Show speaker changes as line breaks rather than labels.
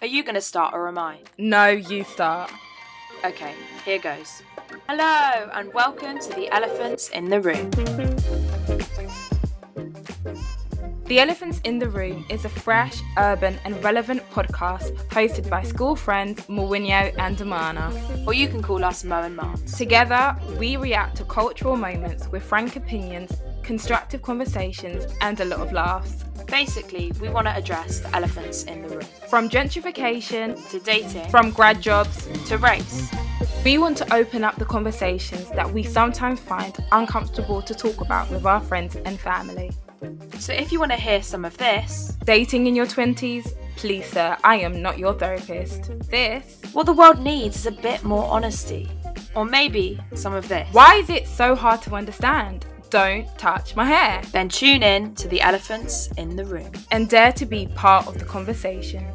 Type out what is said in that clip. Are you going to start or am I?
No, you start.
Okay, here goes. Hello, and welcome to the Elephants in the Room.
The Elephants in the Room is a fresh, urban, and relevant podcast hosted by school friends Mourinho and Amana.
Or you can call us Mo and Mars.
Together, we react to cultural moments with frank opinions, constructive conversations, and a lot of laughs.
Basically, we want to address the elephants in the room.
From gentrification,
To dating,
from grad jobs,
to race,
we want to open up the conversations that we sometimes find uncomfortable to talk about with our friends and family.
So if you want to hear some of this,
Dating in your 20s? Please, sir, I am not your therapist. This?
what the world needs is a bit more honesty. Or maybe some of this.
Why is it so hard to understand? Don't touch my hair.
Then tune in to the elephants in the room.
And dare to be part of the conversation.